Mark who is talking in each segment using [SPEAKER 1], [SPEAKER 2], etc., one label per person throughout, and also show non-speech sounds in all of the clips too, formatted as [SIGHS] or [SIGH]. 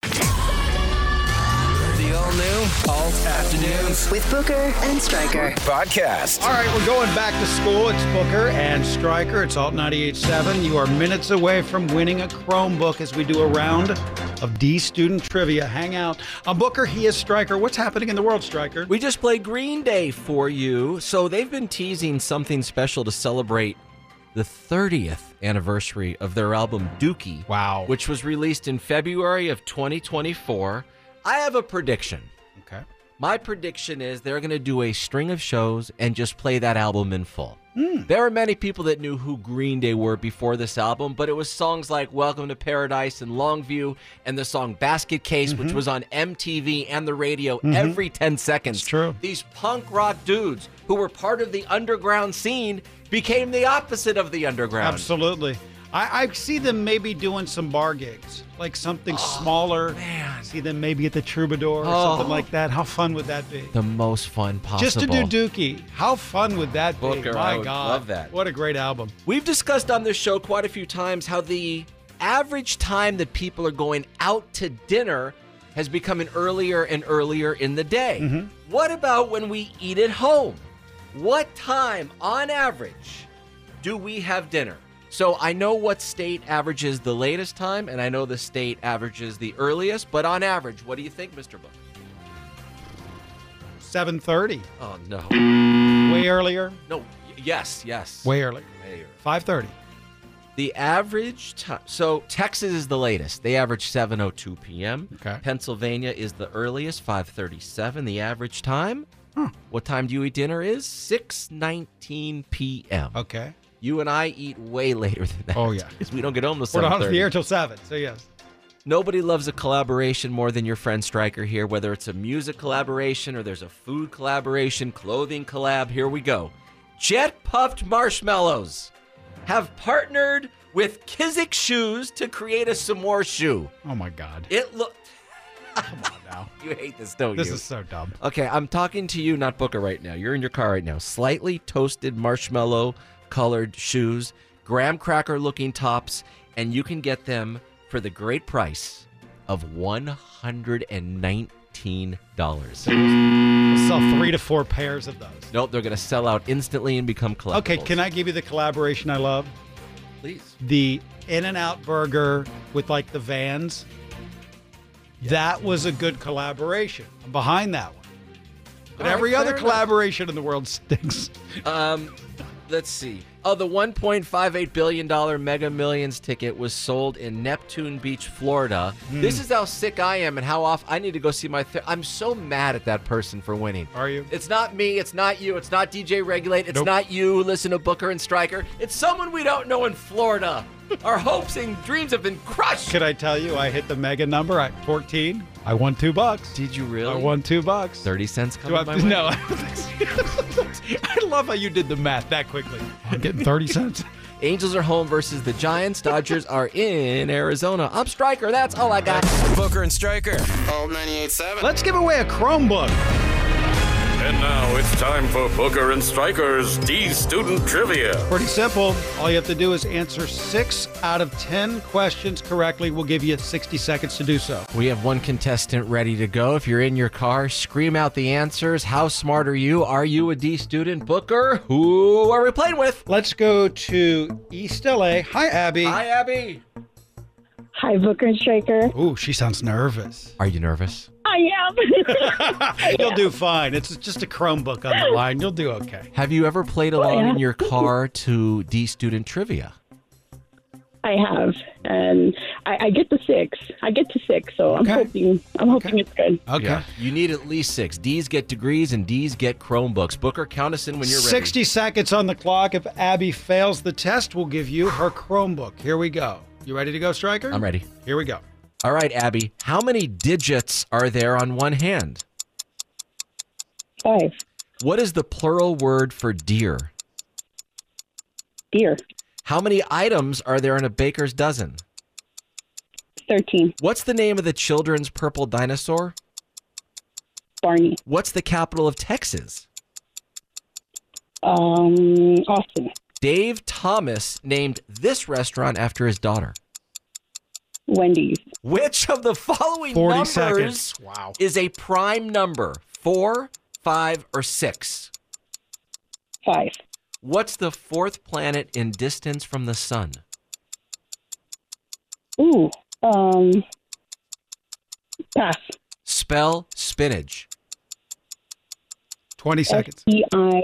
[SPEAKER 1] The all new, all afternoons
[SPEAKER 2] with Booker and Stryker.
[SPEAKER 1] podcast.
[SPEAKER 3] All right, we're going back to school. It's Booker and Stryker. It's Alt 98.7. You are minutes away from winning a Chromebook as we do a round of D student trivia. Hang out. I'm Booker. He is Stryker. What's happening in the world, Stryker?
[SPEAKER 4] We just played Green Day for you. So they've been teasing something special to celebrate the 30th anniversary of their album Dookie.
[SPEAKER 3] Wow.
[SPEAKER 4] Which was released in February of 2024. I have a prediction.
[SPEAKER 3] Okay.
[SPEAKER 4] My prediction is they're going to do a string of shows and just play that album in full.
[SPEAKER 3] Hmm.
[SPEAKER 4] There are many people that knew who Green Day were before this album, but it was songs like Welcome to Paradise and Longview and the song Basket Case,
[SPEAKER 3] Mm-hmm.
[SPEAKER 4] which was on MTV and the radio every 10 seconds.
[SPEAKER 3] It's true.
[SPEAKER 4] These punk rock dudes who were part of the underground scene became the opposite of the underground.
[SPEAKER 3] Absolutely. I, I see them maybe doing some bar gigs, like something
[SPEAKER 4] Oh,
[SPEAKER 3] smaller. Man. See them maybe at the Troubadour or something like that. How fun would that be?
[SPEAKER 4] The most fun possible.
[SPEAKER 3] Just to do Dookie. How fun would that be?
[SPEAKER 4] Booker,
[SPEAKER 3] My
[SPEAKER 4] I would
[SPEAKER 3] God.
[SPEAKER 4] love that.
[SPEAKER 3] What a great album.
[SPEAKER 4] We've discussed on this show quite a few times how the average time that people are going out to dinner has become an earlier and earlier in the day. What about when we eat at home? What time on average do we have dinner? So I know what state averages the latest time and I know the state averages the earliest, but on average, what do you think, Mr. Book?
[SPEAKER 3] 7.30.
[SPEAKER 4] Oh no.
[SPEAKER 3] Way earlier.
[SPEAKER 4] No, y- yes, yes.
[SPEAKER 3] Way earlier.
[SPEAKER 4] Mayor.
[SPEAKER 3] 5.30.
[SPEAKER 4] The average time. So Texas is the latest. They average 7:02 p.m.
[SPEAKER 3] Okay.
[SPEAKER 4] Pennsylvania is the earliest, 5:37. The average time. What time do you eat dinner? Is 6:19 p.m.
[SPEAKER 3] Okay.
[SPEAKER 4] You and I eat way later than that.
[SPEAKER 3] Oh,
[SPEAKER 4] [LAUGHS]
[SPEAKER 3] yeah.
[SPEAKER 4] Because we don't get home till
[SPEAKER 3] We're not on
[SPEAKER 4] 7:30.
[SPEAKER 3] the air till 7, so yes.
[SPEAKER 4] Nobody loves a collaboration more than your friend Stryker here, whether it's a music collaboration or there's a food collaboration, clothing collab. Here we go. Jet Puffed Marshmallows have partnered with Kizik Shoes to create a s'more shoe.
[SPEAKER 3] Oh, my God.
[SPEAKER 4] It [LAUGHS] look
[SPEAKER 3] Come on now.
[SPEAKER 4] you hate this, don't
[SPEAKER 3] This
[SPEAKER 4] you?
[SPEAKER 3] is so dumb.
[SPEAKER 4] Okay, I'm talking to you, not Booker, right now. You're in your car right now. Slightly toasted marshmallow colored shoes, graham cracker looking tops, and you can get them for the great price of $119.
[SPEAKER 3] We'll sell three to four pairs of those.
[SPEAKER 4] Nope, they're going to sell out instantly and become collectibles.
[SPEAKER 3] Okay, can I give you the collaboration I love?
[SPEAKER 4] Please.
[SPEAKER 3] The In N Out Burger with like the vans. That was a good collaboration. I'm behind that one. But
[SPEAKER 4] All right,
[SPEAKER 3] every other
[SPEAKER 4] fair enough.
[SPEAKER 3] collaboration in the world [LAUGHS] stinks.
[SPEAKER 4] Um, let's see. Oh, the 1.58 billion dollar Mega Millions ticket was sold in Neptune Beach, Florida.
[SPEAKER 3] Hmm.
[SPEAKER 4] This is how sick I am and how off I need to go see my. Th- I'm so mad at that person for winning.
[SPEAKER 3] Are you?
[SPEAKER 4] It's not me. It's not you. It's not DJ Regulate. It's
[SPEAKER 3] Nope.
[SPEAKER 4] not you. Listen to Booker and Stryker. It's someone we don't know
[SPEAKER 3] [LAUGHS]
[SPEAKER 4] in Florida. Our hopes and dreams have been crushed.
[SPEAKER 3] Can I tell you, I hit the mega number at 14. I won two bucks.
[SPEAKER 4] Did you really?
[SPEAKER 3] I won two bucks.
[SPEAKER 4] Thirty cents coming
[SPEAKER 3] Do I,
[SPEAKER 4] my way.
[SPEAKER 3] no, [LAUGHS] I love how you did the math that quickly. I'm getting 30 cents.
[SPEAKER 4] Angels are home versus the Giants. Dodgers are in Arizona. I'm Stryker. That's all I got.
[SPEAKER 1] Booker and Stryker.
[SPEAKER 5] Old
[SPEAKER 3] [LAUGHS]
[SPEAKER 5] 98.7.
[SPEAKER 3] Let's give away a Chromebook.
[SPEAKER 6] And now it's time for Booker and Stryker's D Student Trivia.
[SPEAKER 3] Pretty simple. All you have to do is answer six out of 10 questions correctly. We'll give you 60 seconds to do so.
[SPEAKER 4] We have one contestant ready to go. If you're in your car, scream out the answers. How smart are you? Are you a D student, Booker? Who are we playing with?
[SPEAKER 3] Let's go to East LA. Hi, Abby.
[SPEAKER 4] Hi, Abby.
[SPEAKER 7] Hi, Booker and Shaker.
[SPEAKER 3] Ooh, she sounds nervous.
[SPEAKER 4] Are you nervous?
[SPEAKER 7] I am.
[SPEAKER 3] [LAUGHS] You'll do fine. It's just a Chromebook on the line. You'll do okay.
[SPEAKER 4] Have you ever played along in your car to D student trivia?
[SPEAKER 7] [LAUGHS] I have, and I, I get the six. I get to six, so I'm
[SPEAKER 3] Okay.
[SPEAKER 7] hoping. I'm hoping it's good.
[SPEAKER 3] Okay.
[SPEAKER 4] You need at least six. D's get degrees and D's get Chromebooks. Booker, count us in when you're ready.
[SPEAKER 3] 60 seconds on the clock. If Abby fails the test, we'll give you her Chromebook. Here we go. You ready to go, Striker?
[SPEAKER 4] I'm ready.
[SPEAKER 3] Here we go.
[SPEAKER 4] All right, Abby, how many digits are there on one hand?
[SPEAKER 7] Five.
[SPEAKER 4] What is the plural word for deer?
[SPEAKER 7] Deer.
[SPEAKER 4] How many items are there in a baker's dozen?
[SPEAKER 7] 13.
[SPEAKER 4] What's the name of the children's purple dinosaur?
[SPEAKER 7] Barney.
[SPEAKER 4] What's the capital of Texas?
[SPEAKER 7] Um, Austin.
[SPEAKER 4] Dave Thomas named this restaurant after his daughter.
[SPEAKER 7] Wendy's.
[SPEAKER 4] Which of the following
[SPEAKER 3] 40
[SPEAKER 4] numbers
[SPEAKER 3] seconds. Wow.
[SPEAKER 4] is a prime number? Four, five, or six?
[SPEAKER 7] Five.
[SPEAKER 4] What's the fourth planet in distance from the sun?
[SPEAKER 7] Ooh. Um, pass.
[SPEAKER 4] Spell spinach.
[SPEAKER 3] 20 seconds.
[SPEAKER 7] S E I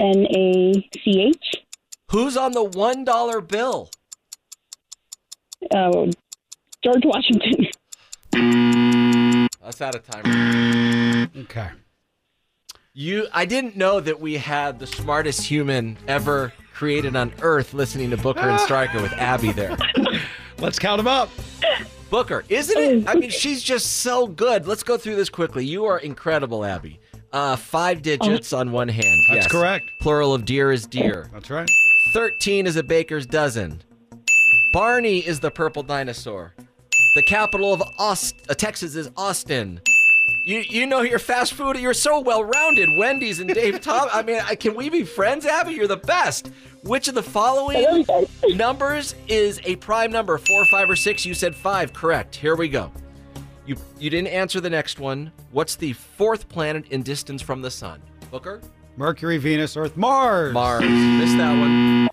[SPEAKER 7] N A C H.
[SPEAKER 4] Who's on the $1 bill?
[SPEAKER 7] Uh, George Washington. [LAUGHS]
[SPEAKER 4] That's out of time.
[SPEAKER 3] Okay.
[SPEAKER 4] You I didn't know that we had the smartest human ever created on earth listening to Booker and Stryker with Abby there.
[SPEAKER 3] Let's count them up.
[SPEAKER 4] Booker, isn't it? I mean, she's just so good. Let's go through this quickly. You are incredible, Abby. Uh, five digits on one hand.
[SPEAKER 3] That's
[SPEAKER 4] yes.
[SPEAKER 3] correct.
[SPEAKER 4] Plural of deer is deer.
[SPEAKER 3] That's right.
[SPEAKER 4] 13 is a baker's dozen. Barney is the purple dinosaur. The capital of Aust- uh, Texas is Austin. You you know your fast food. You're so well rounded. Wendy's and Dave Tom. I mean, I, can we be friends, Abby? You're the best. Which of the following numbers is a prime number? Four, five, or six? You said five. Correct. Here we go. You you didn't answer the next one. What's the fourth planet in distance from the sun? Booker.
[SPEAKER 3] Mercury, Venus, Earth, Mars.
[SPEAKER 4] Mars. Missed that one.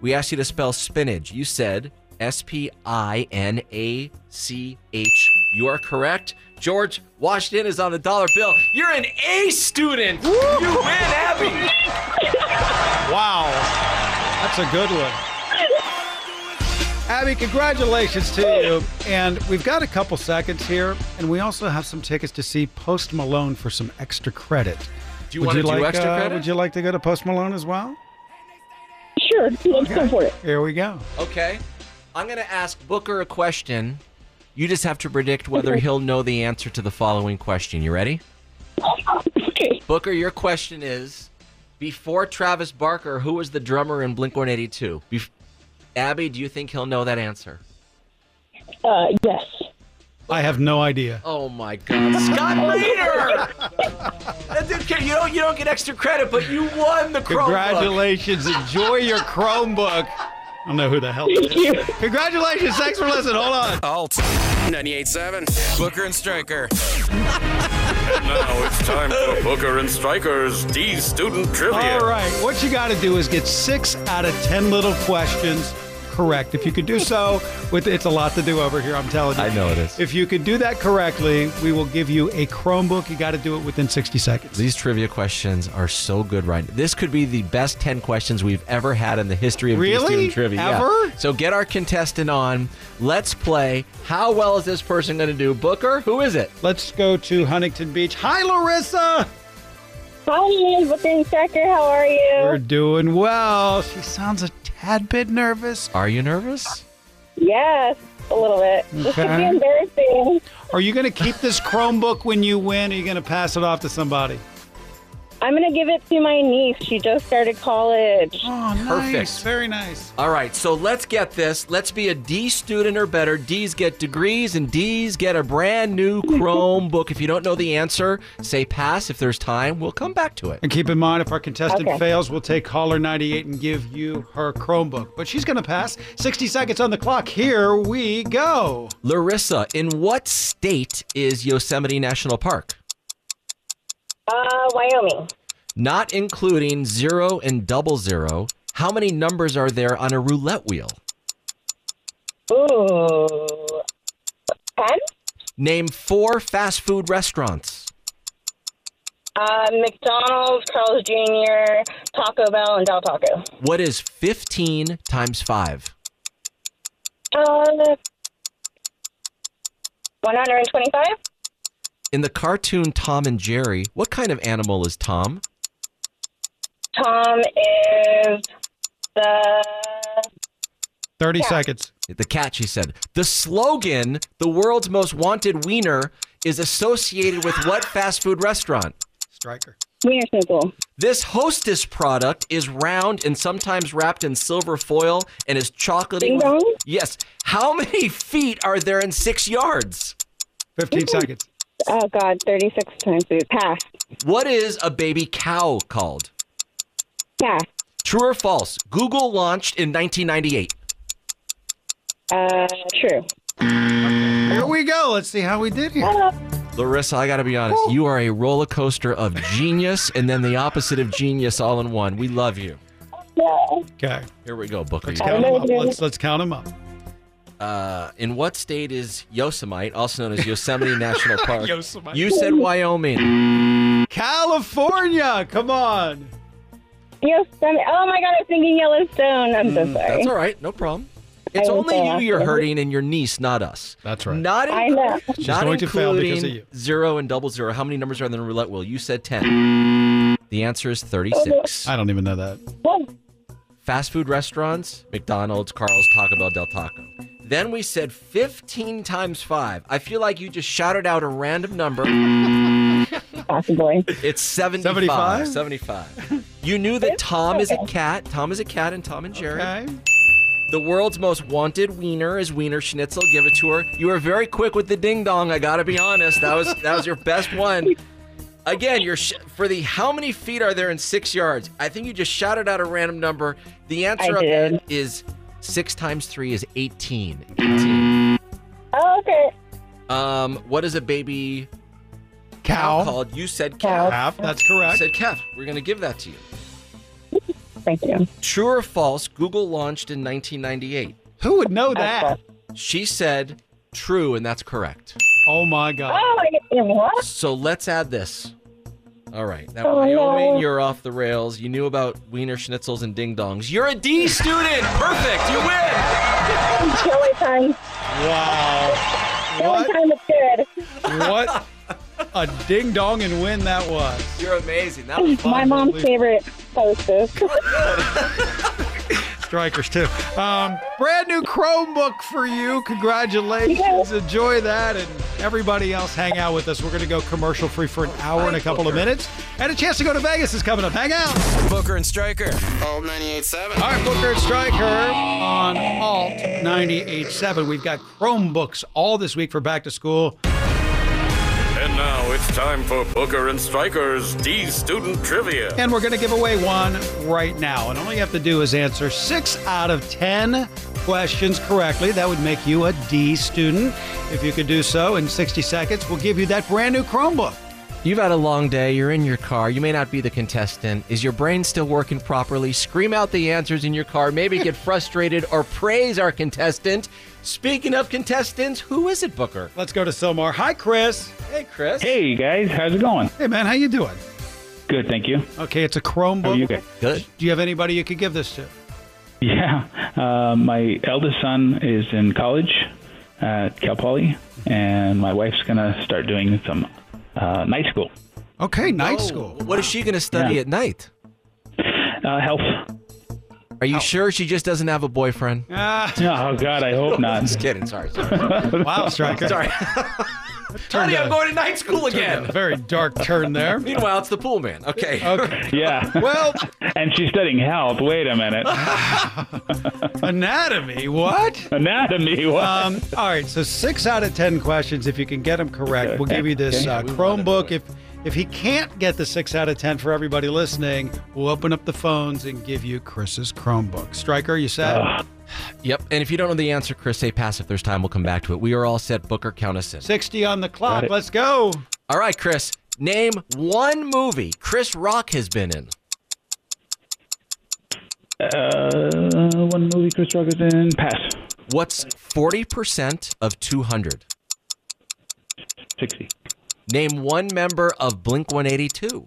[SPEAKER 4] We asked you to spell spinach. You said S P I N A C H. You are correct. George Washington is on the dollar bill. You're an A student. You win, Abby.
[SPEAKER 3] Wow. That's a good one. Abby, congratulations to you. And we've got a couple seconds here, and we also have some tickets to see Post Malone for some extra credit.
[SPEAKER 4] Do you want to do
[SPEAKER 3] like,
[SPEAKER 4] extra
[SPEAKER 3] uh,
[SPEAKER 4] credit?
[SPEAKER 3] Would you like to go to Post Malone as well?
[SPEAKER 7] Sure. Let's go for it. [LAUGHS]
[SPEAKER 3] Here we go.
[SPEAKER 4] Okay. I'm going to ask Booker a question. You just have to predict whether he'll know the answer to the following question. You ready?
[SPEAKER 7] Okay.
[SPEAKER 4] Booker, your question is before Travis Barker, who was the drummer in Blink 182? Bef- Abby, do you think he'll know that answer?
[SPEAKER 7] Uh, yes.
[SPEAKER 3] I have no idea.
[SPEAKER 4] Oh my God. Scott Reeder! that dude, can- you, don't, you don't get extra credit, but you won the Chromebook.
[SPEAKER 3] Congratulations. Enjoy your Chromebook. I don't know who the hell that is.
[SPEAKER 7] Thank you.
[SPEAKER 3] Congratulations. Thanks for listening. Hold on.
[SPEAKER 4] Oh,
[SPEAKER 1] Alt 98.7. Booker and Stryker.
[SPEAKER 6] And now it's
[SPEAKER 3] [LAUGHS]
[SPEAKER 6] time for Booker and Strikers D Student Trivia.
[SPEAKER 3] All right. What you got to do is get six out of 10 little questions correct. If you could do so, with it's a lot to do over here, I'm telling you.
[SPEAKER 4] I know it is.
[SPEAKER 3] If you could do that correctly, we will give you a Chromebook. You got to do it within 60 seconds.
[SPEAKER 4] These trivia questions are so good right now. This could be the best 10 questions we've ever had in the history of
[SPEAKER 3] Really?
[SPEAKER 4] student trivia. Yeah.
[SPEAKER 3] Ever?
[SPEAKER 4] So get our contestant on. Let's play. How well is this person going to do? Booker, who is it?
[SPEAKER 3] Let's go to Huntington Beach. Hi, Larissa.
[SPEAKER 7] Hi, Booking Tracker. How are
[SPEAKER 3] We're
[SPEAKER 7] you?
[SPEAKER 3] doing well. She sounds a tad bit nervous.
[SPEAKER 4] Are you nervous?
[SPEAKER 7] Yes, a little bit. This could be
[SPEAKER 3] Okay.
[SPEAKER 7] embarrassing.
[SPEAKER 3] Are you going to keep this Chromebook when you win? Or are you going to pass it off to somebody?
[SPEAKER 7] I'm going to give it to my niece. She just started college.
[SPEAKER 3] Oh,
[SPEAKER 4] Perfect.
[SPEAKER 3] nice. Very nice.
[SPEAKER 4] All right, so let's get this. Let's be a D student or better. D's get degrees, and D's get a brand new Chromebook. If you don't know the answer, say pass. If there's time, we'll come back to it.
[SPEAKER 3] And keep in mind, if our contestant
[SPEAKER 7] Okay.
[SPEAKER 3] fails, we'll take caller 98 and give you her Chromebook. But she's going to pass. 60 seconds on the clock. Here we go.
[SPEAKER 4] Larissa, in what state is Yosemite National Park?
[SPEAKER 7] Uh, Wyoming.
[SPEAKER 4] Not including zero and double zero, how many numbers are there on a roulette wheel?
[SPEAKER 7] Ooh. 10?
[SPEAKER 4] Name four fast food restaurants.
[SPEAKER 7] Uh, McDonald's, Carl's Jr., Taco Bell, and Del Taco.
[SPEAKER 4] What is 15 times 5?
[SPEAKER 7] Uh, 125?
[SPEAKER 4] In the cartoon Tom and Jerry, what kind of animal is Tom?
[SPEAKER 7] Tom is the
[SPEAKER 3] 30 seconds.
[SPEAKER 4] The catch, he said. The slogan, the world's most wanted wiener, is associated with what fast food restaurant?
[SPEAKER 3] Striker.
[SPEAKER 7] Wiener Schnitzel.
[SPEAKER 4] This hostess product is round and sometimes wrapped in silver foil and is chocolatey.
[SPEAKER 7] Ding
[SPEAKER 4] with-
[SPEAKER 7] dong.
[SPEAKER 4] Yes. How many feet are there in six yards?
[SPEAKER 3] 15 seconds.
[SPEAKER 7] Oh God, thirty-six times food. Pass.
[SPEAKER 4] What is a baby cow called?
[SPEAKER 7] Pass.
[SPEAKER 4] True or false? Google launched in 1998.
[SPEAKER 7] Uh, true.
[SPEAKER 3] Here we go. Let's see how we did here.
[SPEAKER 4] Larissa, I got to be honest. You are a roller coaster of genius and then the opposite of genius all in one. We love you.
[SPEAKER 3] Okay.
[SPEAKER 4] Here we go, Booker.
[SPEAKER 3] Let's
[SPEAKER 4] You got it.
[SPEAKER 3] count them up. Let's, let's count them up.
[SPEAKER 4] Uh, in what state is Yosemite, also known as
[SPEAKER 3] [LAUGHS]
[SPEAKER 4] Yosemite National Park? Yosemite. You said Wyoming.
[SPEAKER 3] California. Come on.
[SPEAKER 7] Yosemite. Oh my God, I'm thinking Yellowstone. I'm
[SPEAKER 8] Mm,
[SPEAKER 7] so sorry.
[SPEAKER 4] That's all right. No problem. It's
[SPEAKER 7] I was
[SPEAKER 4] only
[SPEAKER 7] so
[SPEAKER 4] you you're
[SPEAKER 7] lucky.
[SPEAKER 4] hurting and your niece, not us.
[SPEAKER 3] That's right.
[SPEAKER 4] Not,
[SPEAKER 7] I
[SPEAKER 4] in,
[SPEAKER 7] know.
[SPEAKER 3] She's
[SPEAKER 4] not
[SPEAKER 3] going to fail
[SPEAKER 4] including
[SPEAKER 3] because of you.
[SPEAKER 4] zero and double zero. How many numbers are in the roulette wheel? You said 10. The answer
[SPEAKER 7] [LAUGHS]
[SPEAKER 4] is 36.
[SPEAKER 3] I don't even know that.
[SPEAKER 7] What?
[SPEAKER 4] fast food restaurants, McDonald's, Carl's, Taco Bell, Del Taco. Then we said 15 times 5. I feel like you just shouted out a random number.
[SPEAKER 7] Possibly.
[SPEAKER 4] It's 75.
[SPEAKER 3] 75?
[SPEAKER 4] 75. You knew that Tom is a cat. Tom is a cat and Tom and Jerry.
[SPEAKER 3] Okay.
[SPEAKER 4] The world's most wanted wiener is Wiener Schnitzel. Give it to her. You were very quick with the ding dong. I gotta be honest. That was that was your best one. Again, you're sh- for the how many feet are there in six yards? I think you just shouted out a random number. The answer
[SPEAKER 7] I
[SPEAKER 4] up there
[SPEAKER 7] did.
[SPEAKER 4] is six times three is eighteen. 18.
[SPEAKER 7] Oh, okay.
[SPEAKER 4] Um, what is a baby
[SPEAKER 3] Cow.
[SPEAKER 4] cow called? You said
[SPEAKER 7] Cow.
[SPEAKER 4] calf.
[SPEAKER 3] Half. That's
[SPEAKER 4] I
[SPEAKER 3] correct.
[SPEAKER 4] said calf. We're gonna give that to you.
[SPEAKER 7] Thank you.
[SPEAKER 4] True or false? Google launched in 1998.
[SPEAKER 3] Who would know that?
[SPEAKER 4] She said true, and that's correct.
[SPEAKER 3] Oh my God.
[SPEAKER 7] Oh, I- what?
[SPEAKER 4] So let's add this. All right. Now,
[SPEAKER 7] Oh, no.
[SPEAKER 4] Wyoming, you're off the rails. You knew about wiener schnitzels and ding dongs. You're a D student. Perfect. You win.
[SPEAKER 7] Chili time.
[SPEAKER 3] Wow.
[SPEAKER 7] Chili
[SPEAKER 3] What?
[SPEAKER 7] time is good.
[SPEAKER 3] What? A ding dong and win that was.
[SPEAKER 4] You're amazing. That was
[SPEAKER 7] My
[SPEAKER 4] fun.
[SPEAKER 7] mom's favorite hostess.
[SPEAKER 3] strikers too. Um, brand new Chromebook for you. Congratulations. Enjoy that and everybody else hang out with us. We're going to go commercial free for an hour in a couple of minutes. And a chance to go to Vegas is coming up. Hang out.
[SPEAKER 1] Booker and Stryker. All 98.7.
[SPEAKER 3] All right, Booker and Stryker on Alt 98.7. We've got Chromebooks all this week for back to school.
[SPEAKER 6] And now it's time for Booker and Stryker's D Student Trivia.
[SPEAKER 3] And we're going to give away one right now. And all you have to do is answer six out of 10 questions correctly. That would make you a D student. If you could do so in 60 seconds, we'll give you that brand new Chromebook.
[SPEAKER 4] You've had a long day. You're in your car. You may not be the contestant. Is your brain still working properly? Scream out the answers in your car.
[SPEAKER 7] [LAUGHS]
[SPEAKER 4] Maybe get frustrated or praise our contestant. Speaking of contestants, who is it, Booker?
[SPEAKER 3] Let's go to Silmar. Hi, Chris.
[SPEAKER 4] Hey, Chris.
[SPEAKER 5] Hey guys, how's it going?
[SPEAKER 3] Hey, man, how you doing?
[SPEAKER 5] Good, thank you.
[SPEAKER 3] Okay, it's a
[SPEAKER 5] How are
[SPEAKER 3] Chromebook.
[SPEAKER 5] you guys?
[SPEAKER 4] Good.
[SPEAKER 3] Do you have anybody you could give this to?
[SPEAKER 5] Yeah, uh, my eldest son is in college at Cal Poly, and my wife's gonna start doing some uh, night school
[SPEAKER 3] Okay, night
[SPEAKER 4] Oh,
[SPEAKER 3] school.
[SPEAKER 4] What is she going to study
[SPEAKER 5] Yeah.
[SPEAKER 4] at night?
[SPEAKER 5] uh, health.
[SPEAKER 4] Are you sure she just doesn't have a boyfriend?
[SPEAKER 5] [LAUGHS]
[SPEAKER 3] Ah,
[SPEAKER 5] Oh God, I hope
[SPEAKER 3] [LAUGHS]
[SPEAKER 5] not.
[SPEAKER 4] Just kidding. Sorry. Sorry.
[SPEAKER 3] wow, Striker. [LAUGHS]
[SPEAKER 4] Sorry. [LAUGHS] Honey, I'm going to night school again.
[SPEAKER 3] Very dark turn there.
[SPEAKER 4] Meanwhile, it's the pool man. Okay.
[SPEAKER 3] Okay.
[SPEAKER 5] Yeah,
[SPEAKER 3] Well,
[SPEAKER 5] and she's studying health. Wait
[SPEAKER 3] [LAUGHS]
[SPEAKER 5] a minute,
[SPEAKER 3] anatomy. What?
[SPEAKER 5] anatomy. What?
[SPEAKER 3] Um, all right, so six out of ten questions. If you can get them correct, we'll give you this uh,
[SPEAKER 4] we wanna
[SPEAKER 3] Chromebook.
[SPEAKER 4] do
[SPEAKER 3] If if he can't get the six out of ten for everybody listening, we'll open up the phones and give you Chris's Chromebook. Striker, you said
[SPEAKER 4] [LAUGHS]
[SPEAKER 5] Ah.
[SPEAKER 4] Yep. And if you don't know the answer, Chris, say pass. If there's time, we'll come back to it. We are all set. Booker, count us in.
[SPEAKER 3] sixty on the
[SPEAKER 5] Got
[SPEAKER 3] clock.
[SPEAKER 5] it.
[SPEAKER 3] Let's go.
[SPEAKER 4] All right, Chris. Name one movie Chris Rock has been in.
[SPEAKER 5] Uh, one movie Chris Rock is in. Pass.
[SPEAKER 4] What's 40% of 200?
[SPEAKER 5] Sixty.
[SPEAKER 4] Name one member of Blink 182.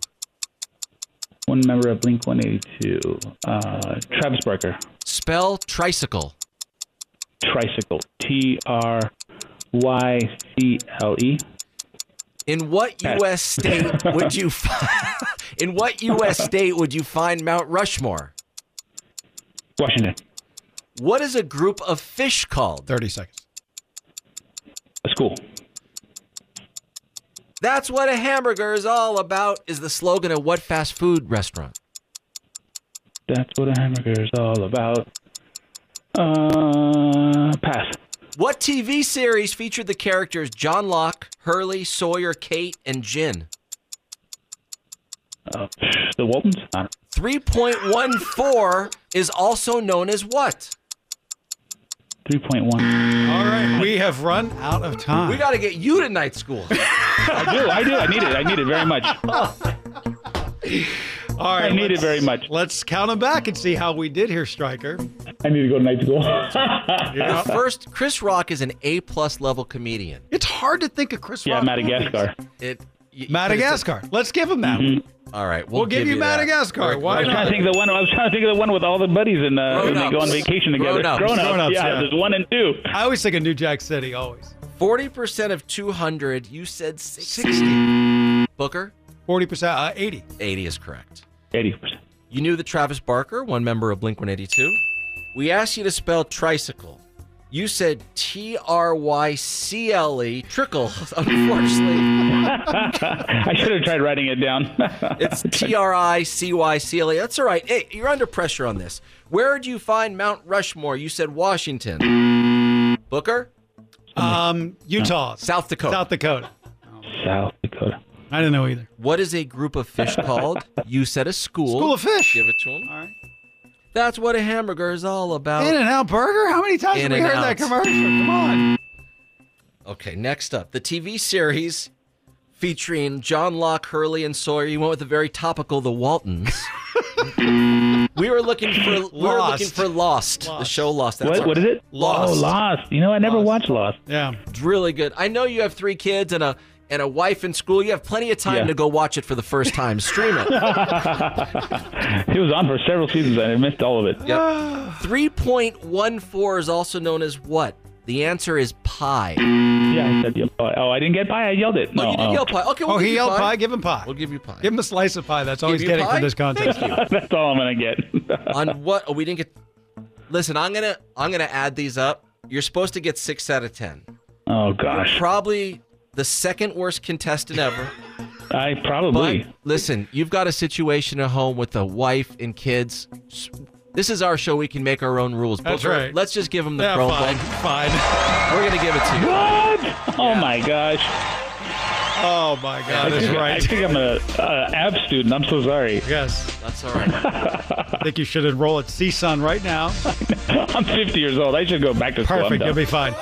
[SPEAKER 5] One member of Blink 182. Uh, Travis Barker.
[SPEAKER 4] Spell tricycle.
[SPEAKER 5] Tricycle. T R Y C L E.
[SPEAKER 4] In what
[SPEAKER 5] Pass.
[SPEAKER 4] U.S. state would you find? [LAUGHS] in what U.S. state would you find Mount Rushmore?
[SPEAKER 5] Washington.
[SPEAKER 4] What is a group of fish called?
[SPEAKER 3] 30 seconds.
[SPEAKER 5] A school.
[SPEAKER 4] That's what a hamburger is all about, is the slogan of what fast food restaurant?
[SPEAKER 5] That's what a hamburger is all about. Uh, pass.
[SPEAKER 4] What TV series featured the characters John Locke, Hurley, Sawyer, Kate, and Jin?
[SPEAKER 5] Uh, the Waltons? I don't-
[SPEAKER 4] 3.14 is also known as what?
[SPEAKER 5] 3.1.
[SPEAKER 3] All right, we have run out of time.
[SPEAKER 4] We got to get you to night school.
[SPEAKER 5] I do. I do. I need it. I need it very much.
[SPEAKER 3] All right,
[SPEAKER 5] I need it
[SPEAKER 3] let's-
[SPEAKER 5] very much.
[SPEAKER 3] Let's count them back and see how we did here, Striker.
[SPEAKER 5] I need to go to night school.
[SPEAKER 4] The first, Chris Rock is an A plus level comedian.
[SPEAKER 3] It's hard to think of Chris
[SPEAKER 5] [LAUGHS] yeah,
[SPEAKER 3] Rock
[SPEAKER 5] Madagascar. Mm-hmm.
[SPEAKER 4] It y-
[SPEAKER 3] Madagascar. Let's give him that. one.
[SPEAKER 4] All right,
[SPEAKER 3] We'll give you
[SPEAKER 4] that.
[SPEAKER 3] Madagascar.
[SPEAKER 4] We're-
[SPEAKER 3] Why
[SPEAKER 4] we're
[SPEAKER 5] [LAUGHS] I was
[SPEAKER 3] not?
[SPEAKER 5] trying to think of the one. I was trying to think of the one with all the buddies and uh, when they go on
[SPEAKER 4] Grown-ups.
[SPEAKER 5] vacation together.
[SPEAKER 4] Grown-ups.
[SPEAKER 3] Grown-ups,
[SPEAKER 5] yeah,
[SPEAKER 3] yeah.
[SPEAKER 5] There's one and two.
[SPEAKER 3] I always think of New Jack City, always.
[SPEAKER 4] Forty percent of two hundred. You said six.
[SPEAKER 3] 60,
[SPEAKER 4] Booker,
[SPEAKER 3] 40%, uh, 80.
[SPEAKER 4] eighty is correct.
[SPEAKER 5] Eighty percent. [LAUGHS]
[SPEAKER 4] You knew that Travis Barker, one member of Blink One Eighty Two. We asked you to spell tricycle. You said T R Y C L E. Trickle. [LAUGHS] Unfortunately,
[SPEAKER 5] I should have tried writing it down. [LAUGHS]
[SPEAKER 3] [LAUGHS]
[SPEAKER 4] it's T R I C Y C L E. That's all right. Hey, you're under pressure on this. Where do you find Mount Rushmore? You said Washington. Booker,
[SPEAKER 3] Um, Utah.
[SPEAKER 4] Mm-hmm. South Dakota.
[SPEAKER 3] South Dakota.
[SPEAKER 5] South Dakota.
[SPEAKER 3] I didn't know either.
[SPEAKER 4] What is a group of fish
[SPEAKER 5] [LAUGHS]
[SPEAKER 4] called? You said a school.
[SPEAKER 3] School of Fish.
[SPEAKER 4] Give it to him.
[SPEAKER 3] All right.
[SPEAKER 4] That's what a hamburger is all
[SPEAKER 3] In
[SPEAKER 4] about.
[SPEAKER 3] and Out Burger? How many times have we heard that
[SPEAKER 4] In-N-Out.
[SPEAKER 3] commercial? Come on.
[SPEAKER 4] Okay, next up, the TV series featuring John Locke, Hurley, and Sawyer. You went with the very topical, The
[SPEAKER 5] [LAUGHS]
[SPEAKER 4] Waltons. we were looking for we were looking
[SPEAKER 3] Lost.
[SPEAKER 4] for Lost, the
[SPEAKER 3] Lost.
[SPEAKER 4] show Lost. That's
[SPEAKER 5] What?
[SPEAKER 4] our-
[SPEAKER 5] What is it?
[SPEAKER 4] Lost.
[SPEAKER 5] Oh, Lost. You know, I never watched Lost.
[SPEAKER 3] Yeah.
[SPEAKER 4] It's really good. I know you have three kids and a and a wife in school. You have plenty of time
[SPEAKER 5] Yeah.
[SPEAKER 4] to go watch it for the first time. Stream
[SPEAKER 5] [LAUGHS]
[SPEAKER 4] it.
[SPEAKER 5] It was on for several seasons and I missed all of it.
[SPEAKER 4] Yep. [SIGHS] 3.14 is also known as what? The answer is pie.
[SPEAKER 5] Yeah, I said yep. Oh, Oh, I didn't get pie. I yelled it.
[SPEAKER 4] No,
[SPEAKER 5] no,
[SPEAKER 4] you did
[SPEAKER 5] oh.
[SPEAKER 4] yell pie. Okay, we'll
[SPEAKER 3] Oh,
[SPEAKER 4] give
[SPEAKER 3] he
[SPEAKER 4] you
[SPEAKER 3] yelled
[SPEAKER 4] pie.
[SPEAKER 3] pie. Give him pie.
[SPEAKER 4] We'll give you pie.
[SPEAKER 3] Give him a slice of pie. That's all
[SPEAKER 4] Give
[SPEAKER 3] he's
[SPEAKER 4] you
[SPEAKER 3] getting
[SPEAKER 4] pie?
[SPEAKER 3] for this contest.
[SPEAKER 4] Thank you.
[SPEAKER 5] [LAUGHS]
[SPEAKER 4] [LAUGHS]
[SPEAKER 5] That's all I'm gonna get. [LAUGHS]
[SPEAKER 4] On what? Oh, we didn't get. Listen, I'm gonna I'm gonna add these up. You're supposed to get six out of ten.
[SPEAKER 5] oh gosh,
[SPEAKER 4] Probably the second worst contestant
[SPEAKER 5] [LAUGHS]
[SPEAKER 4] ever.
[SPEAKER 5] I
[SPEAKER 4] But
[SPEAKER 5] probably.
[SPEAKER 4] listen, you've got a situation at home with a wife and kids. S- This is our show. We can make our own rules.
[SPEAKER 3] That's
[SPEAKER 4] Booker,
[SPEAKER 3] right.
[SPEAKER 4] Let's just give them the
[SPEAKER 3] Yeah, fine.
[SPEAKER 4] Chromebook.
[SPEAKER 3] Fine.
[SPEAKER 4] We're gonna give it to you.
[SPEAKER 5] What? Oh my gosh!
[SPEAKER 3] Oh,
[SPEAKER 4] [LAUGHS]
[SPEAKER 3] my God. That's
[SPEAKER 5] I
[SPEAKER 3] right.
[SPEAKER 5] think I'm a uh, ab student. I'm so sorry. [LAUGHS]
[SPEAKER 3] Yes.
[SPEAKER 4] That's all right.
[SPEAKER 3] I think you should enroll at CSUN right
[SPEAKER 4] [LAUGHS]
[SPEAKER 3] now.
[SPEAKER 5] I'm 50 years old. I should go back to school. I'm
[SPEAKER 3] Perfect.
[SPEAKER 5] done.
[SPEAKER 3] You'll be fine.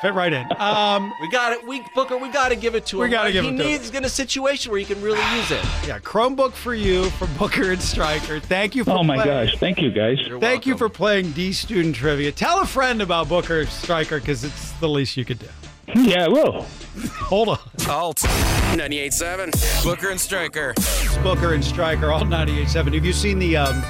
[SPEAKER 3] Fit right in. Um,
[SPEAKER 4] We got it. We Booker. We got to give it to him.
[SPEAKER 3] We gotta give
[SPEAKER 4] he
[SPEAKER 3] it to him.
[SPEAKER 4] needs in a situation where he can really use it.
[SPEAKER 3] yeah, Chromebook for you from Booker and Stryker. Thank you for
[SPEAKER 5] oh my
[SPEAKER 3] playing.
[SPEAKER 5] gosh! Thank you guys.
[SPEAKER 4] You're
[SPEAKER 3] Thank you
[SPEAKER 4] welcome.
[SPEAKER 3] for playing D Student Trivia. Tell a friend about Booker Striker because it's the least you could do.
[SPEAKER 5] Yeah, whoa.
[SPEAKER 3] Hold on.
[SPEAKER 1] Alt. 98.7. Booker and Stryker.
[SPEAKER 3] It's Booker and Striker, all 98.7. Have you seen the um,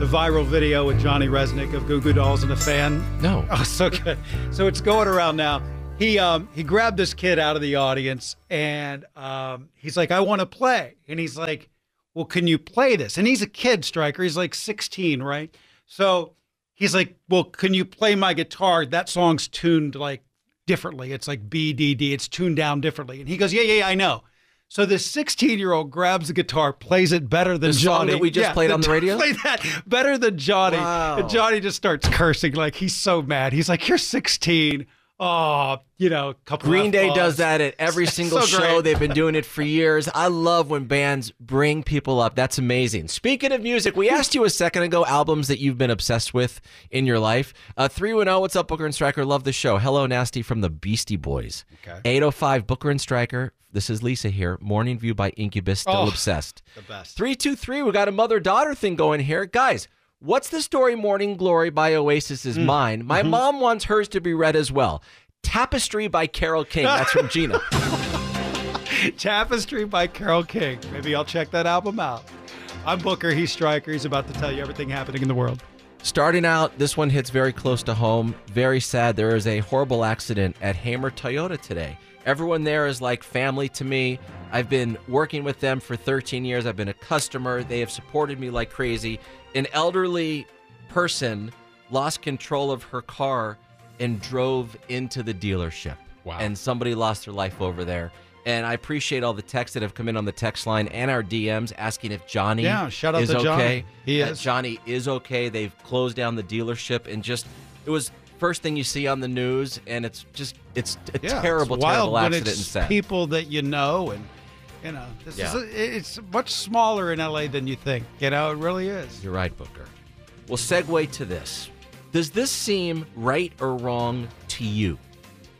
[SPEAKER 3] the viral video with Johnny Resnick of Goo Goo Dolls and a fan?
[SPEAKER 4] No.
[SPEAKER 3] Oh, so good. So it's going around now. He um, he grabbed this kid out of the audience and um, he's like, I want to play. And he's like, Well, can you play this? And he's a kid, Striker. He's like 16, right? So he's like, Well, can you play my guitar? That song's tuned like differently. It's like BDD. It's tuned down differently. And he goes, Yeah, yeah, yeah, I know. So this 16 year old grabs the guitar, plays it better than
[SPEAKER 4] The song
[SPEAKER 3] Johnny.
[SPEAKER 4] that we just played on
[SPEAKER 3] [LAUGHS]
[SPEAKER 4] the radio?
[SPEAKER 3] Play that better than Johnny.
[SPEAKER 4] Wow.
[SPEAKER 3] And Johnny just starts cursing like he's so mad. He's like, "You're 16." Oh, you know, couple.
[SPEAKER 4] Green
[SPEAKER 3] F
[SPEAKER 4] Day
[SPEAKER 3] bombs.
[SPEAKER 4] does that at every
[SPEAKER 3] It's [LAUGHS]
[SPEAKER 4] single
[SPEAKER 3] so
[SPEAKER 4] show.
[SPEAKER 3] great.
[SPEAKER 4] They've been doing it for years. I love when bands bring people up. That's amazing. Speaking of music, we asked you a second ago albums that you've been obsessed with in your life. Uh, 310, what's up, Booker and Stryker? Love the show. Hello, Nasty from the Beastie Boys.
[SPEAKER 3] Okay.
[SPEAKER 4] 805, Booker and Stryker. This is Lisa here. Morning View by Incubus. Still
[SPEAKER 3] Oh.
[SPEAKER 4] obsessed.
[SPEAKER 3] The best. [LAUGHS]
[SPEAKER 4] 323, we got a mother daughter thing going here. Guys, what's the story Morning Glory by Oasis is mine? My mom wants hers to be read as well. Tapestry by Carol King. That's from Gina.
[SPEAKER 3] Tapestry by Carol King. Maybe I'll check that album out. I'm Booker. He's Striker. He's about to tell you everything happening in the world.
[SPEAKER 4] Starting out, this one hits very close to home. Very sad. There is a horrible accident at Hamer Toyota today. Everyone there is like family to me. I've been working with them for 13 years. I've been a customer. They have supported me like crazy. An elderly person lost control of her car and drove into the dealership.
[SPEAKER 9] Wow.
[SPEAKER 4] And somebody lost their life over there. And I appreciate all the texts that have come in on the text line and our DMs asking if Johnny
[SPEAKER 3] Yeah, shout out
[SPEAKER 4] is
[SPEAKER 3] to
[SPEAKER 4] okay. Uh,
[SPEAKER 3] Johnny. He
[SPEAKER 4] that
[SPEAKER 3] is.
[SPEAKER 4] Johnny is okay. They've closed down the dealership and just it was first thing you see on the news and it's just it's a
[SPEAKER 3] Yeah,
[SPEAKER 4] terrible,
[SPEAKER 3] it's wild
[SPEAKER 4] terrible
[SPEAKER 3] when
[SPEAKER 4] accident
[SPEAKER 3] it's
[SPEAKER 4] and sad.
[SPEAKER 3] people that you know and you know this
[SPEAKER 4] Yeah.
[SPEAKER 3] is a, it's much smaller in LA than you think. You know, it really is.
[SPEAKER 4] You're right, Booker. We'll segue to this. Does this seem right or wrong to you?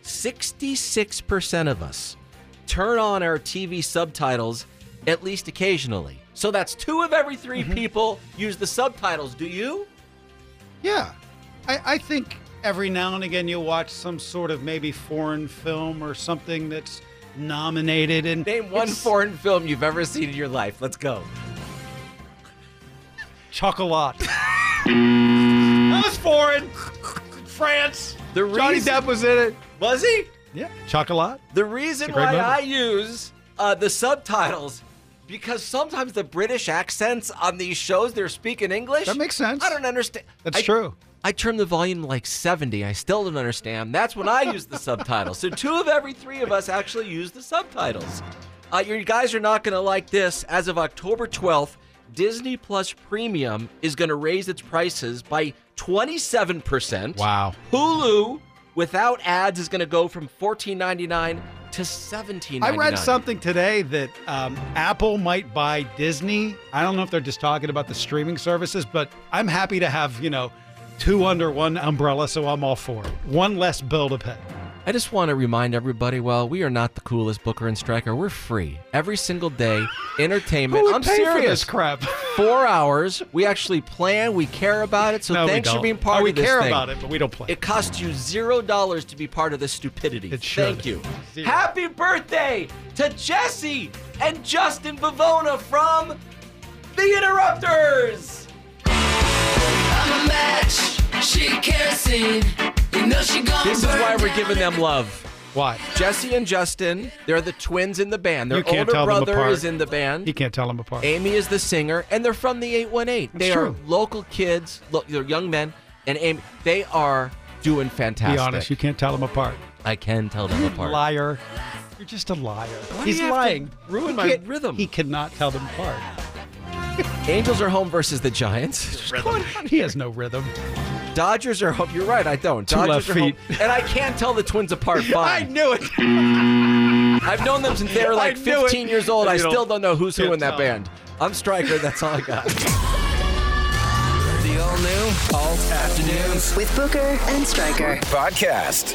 [SPEAKER 4] 66% of us turn on our TV subtitles at least occasionally. So that's two of every 3
[SPEAKER 3] Mm-hmm.
[SPEAKER 4] people use the subtitles. Do you?
[SPEAKER 3] Yeah, I, I think every now and again you'll watch some sort of maybe foreign film or something that's nominated and
[SPEAKER 4] Name one
[SPEAKER 3] it's
[SPEAKER 4] foreign film you've ever seen in your life. Let's go. [LAUGHS]
[SPEAKER 3] Chocolat. that was foreign. France.
[SPEAKER 4] The
[SPEAKER 3] Johnny
[SPEAKER 4] reason-
[SPEAKER 3] Depp was in it.
[SPEAKER 4] Was he?
[SPEAKER 3] Yeah, Chocolat.
[SPEAKER 4] The
[SPEAKER 3] It's
[SPEAKER 4] reason
[SPEAKER 3] a great
[SPEAKER 4] why
[SPEAKER 3] movie.
[SPEAKER 4] I use uh, the subtitles because sometimes the British accents on these shows they're speaking English.
[SPEAKER 3] That makes sense.
[SPEAKER 4] I don't understand.
[SPEAKER 3] That's
[SPEAKER 4] I-
[SPEAKER 3] true.
[SPEAKER 4] I turned the volume to like 70. I still don't understand. That's when I
[SPEAKER 3] [LAUGHS]
[SPEAKER 4] use the subtitles. So two of every three of us actually use the subtitles. Uh, you guys are not going to like this. As of October 12th, Disney Plus Premium is going to raise its prices by 27%.
[SPEAKER 3] Wow.
[SPEAKER 4] Hulu without ads is going to go from $14.99 to $17.99.
[SPEAKER 3] I read something today that um, Apple might buy Disney. I don't know if they're just talking about the streaming services, but I'm happy to have, you know, two under one umbrella, so I'm all for it. One less bill to pay.
[SPEAKER 4] I just want to remind everybody, well, we are not the coolest Booker and Striker. We're free every
[SPEAKER 3] [GASPS]
[SPEAKER 4] single day. Entertainment.
[SPEAKER 3] Who would
[SPEAKER 4] I'm
[SPEAKER 3] pay
[SPEAKER 4] serious.
[SPEAKER 3] for this [LAUGHS] crap?
[SPEAKER 4] Four hours. We actually plan. We care about it. So
[SPEAKER 3] No, we
[SPEAKER 4] thanks for
[SPEAKER 3] don't.
[SPEAKER 4] being part
[SPEAKER 3] Oh,
[SPEAKER 4] of
[SPEAKER 3] we
[SPEAKER 4] this
[SPEAKER 3] care
[SPEAKER 4] thing.
[SPEAKER 3] about it, but we don't play.
[SPEAKER 4] It costs you zero dollars to be part of this stupidity.
[SPEAKER 3] It should.
[SPEAKER 4] Thank you.
[SPEAKER 3] Zero.
[SPEAKER 4] Happy birthday to Jesse and Justin Bavona from The Interrupters.
[SPEAKER 2] I'm a match. She kerosene. You know she gonna
[SPEAKER 4] This is
[SPEAKER 2] burn
[SPEAKER 4] why we're
[SPEAKER 2] down
[SPEAKER 4] giving them love.
[SPEAKER 3] Why?
[SPEAKER 4] Jesse and Justin, they're the twins in the band. Their
[SPEAKER 3] You can't
[SPEAKER 4] older
[SPEAKER 3] tell them
[SPEAKER 4] brother
[SPEAKER 3] apart.
[SPEAKER 4] is in the band.
[SPEAKER 3] You can't tell them apart.
[SPEAKER 4] Amy is the singer, and they're from the 818. they
[SPEAKER 3] That's
[SPEAKER 4] are
[SPEAKER 3] true.
[SPEAKER 4] local kids. Look, they're young men, and Amy. They are doing fantastic.
[SPEAKER 3] Be honest, you can't tell them apart.
[SPEAKER 4] I can tell them apart.
[SPEAKER 3] Liar. You're just a liar.
[SPEAKER 4] do
[SPEAKER 3] He's
[SPEAKER 4] you have to
[SPEAKER 3] lying.
[SPEAKER 4] ruin
[SPEAKER 3] He
[SPEAKER 4] my
[SPEAKER 3] can't-
[SPEAKER 4] rhythm?
[SPEAKER 3] He cannot tell them apart.
[SPEAKER 4] Angels are home versus
[SPEAKER 3] [LAUGHS]
[SPEAKER 4] the Giants.
[SPEAKER 3] He has no rhythm.
[SPEAKER 4] Dodgers are home. You're right. I don't.
[SPEAKER 3] Two
[SPEAKER 4] Dodgers
[SPEAKER 3] left
[SPEAKER 4] are home,
[SPEAKER 3] feet.
[SPEAKER 4] and I can't tell the twins
[SPEAKER 3] [LAUGHS]
[SPEAKER 4] apart. Fine.
[SPEAKER 3] knew it.
[SPEAKER 4] I've known them since they were
[SPEAKER 3] I
[SPEAKER 4] like
[SPEAKER 3] knew it.
[SPEAKER 4] 15 years old.
[SPEAKER 3] You
[SPEAKER 4] I
[SPEAKER 3] don't-
[SPEAKER 4] still don't know who's who
[SPEAKER 3] can't
[SPEAKER 4] in that
[SPEAKER 3] tell.
[SPEAKER 4] band. I'm Striker. That's all I got.
[SPEAKER 1] The all new, all afternoons
[SPEAKER 2] With Booker and Stryker.
[SPEAKER 1] podcast.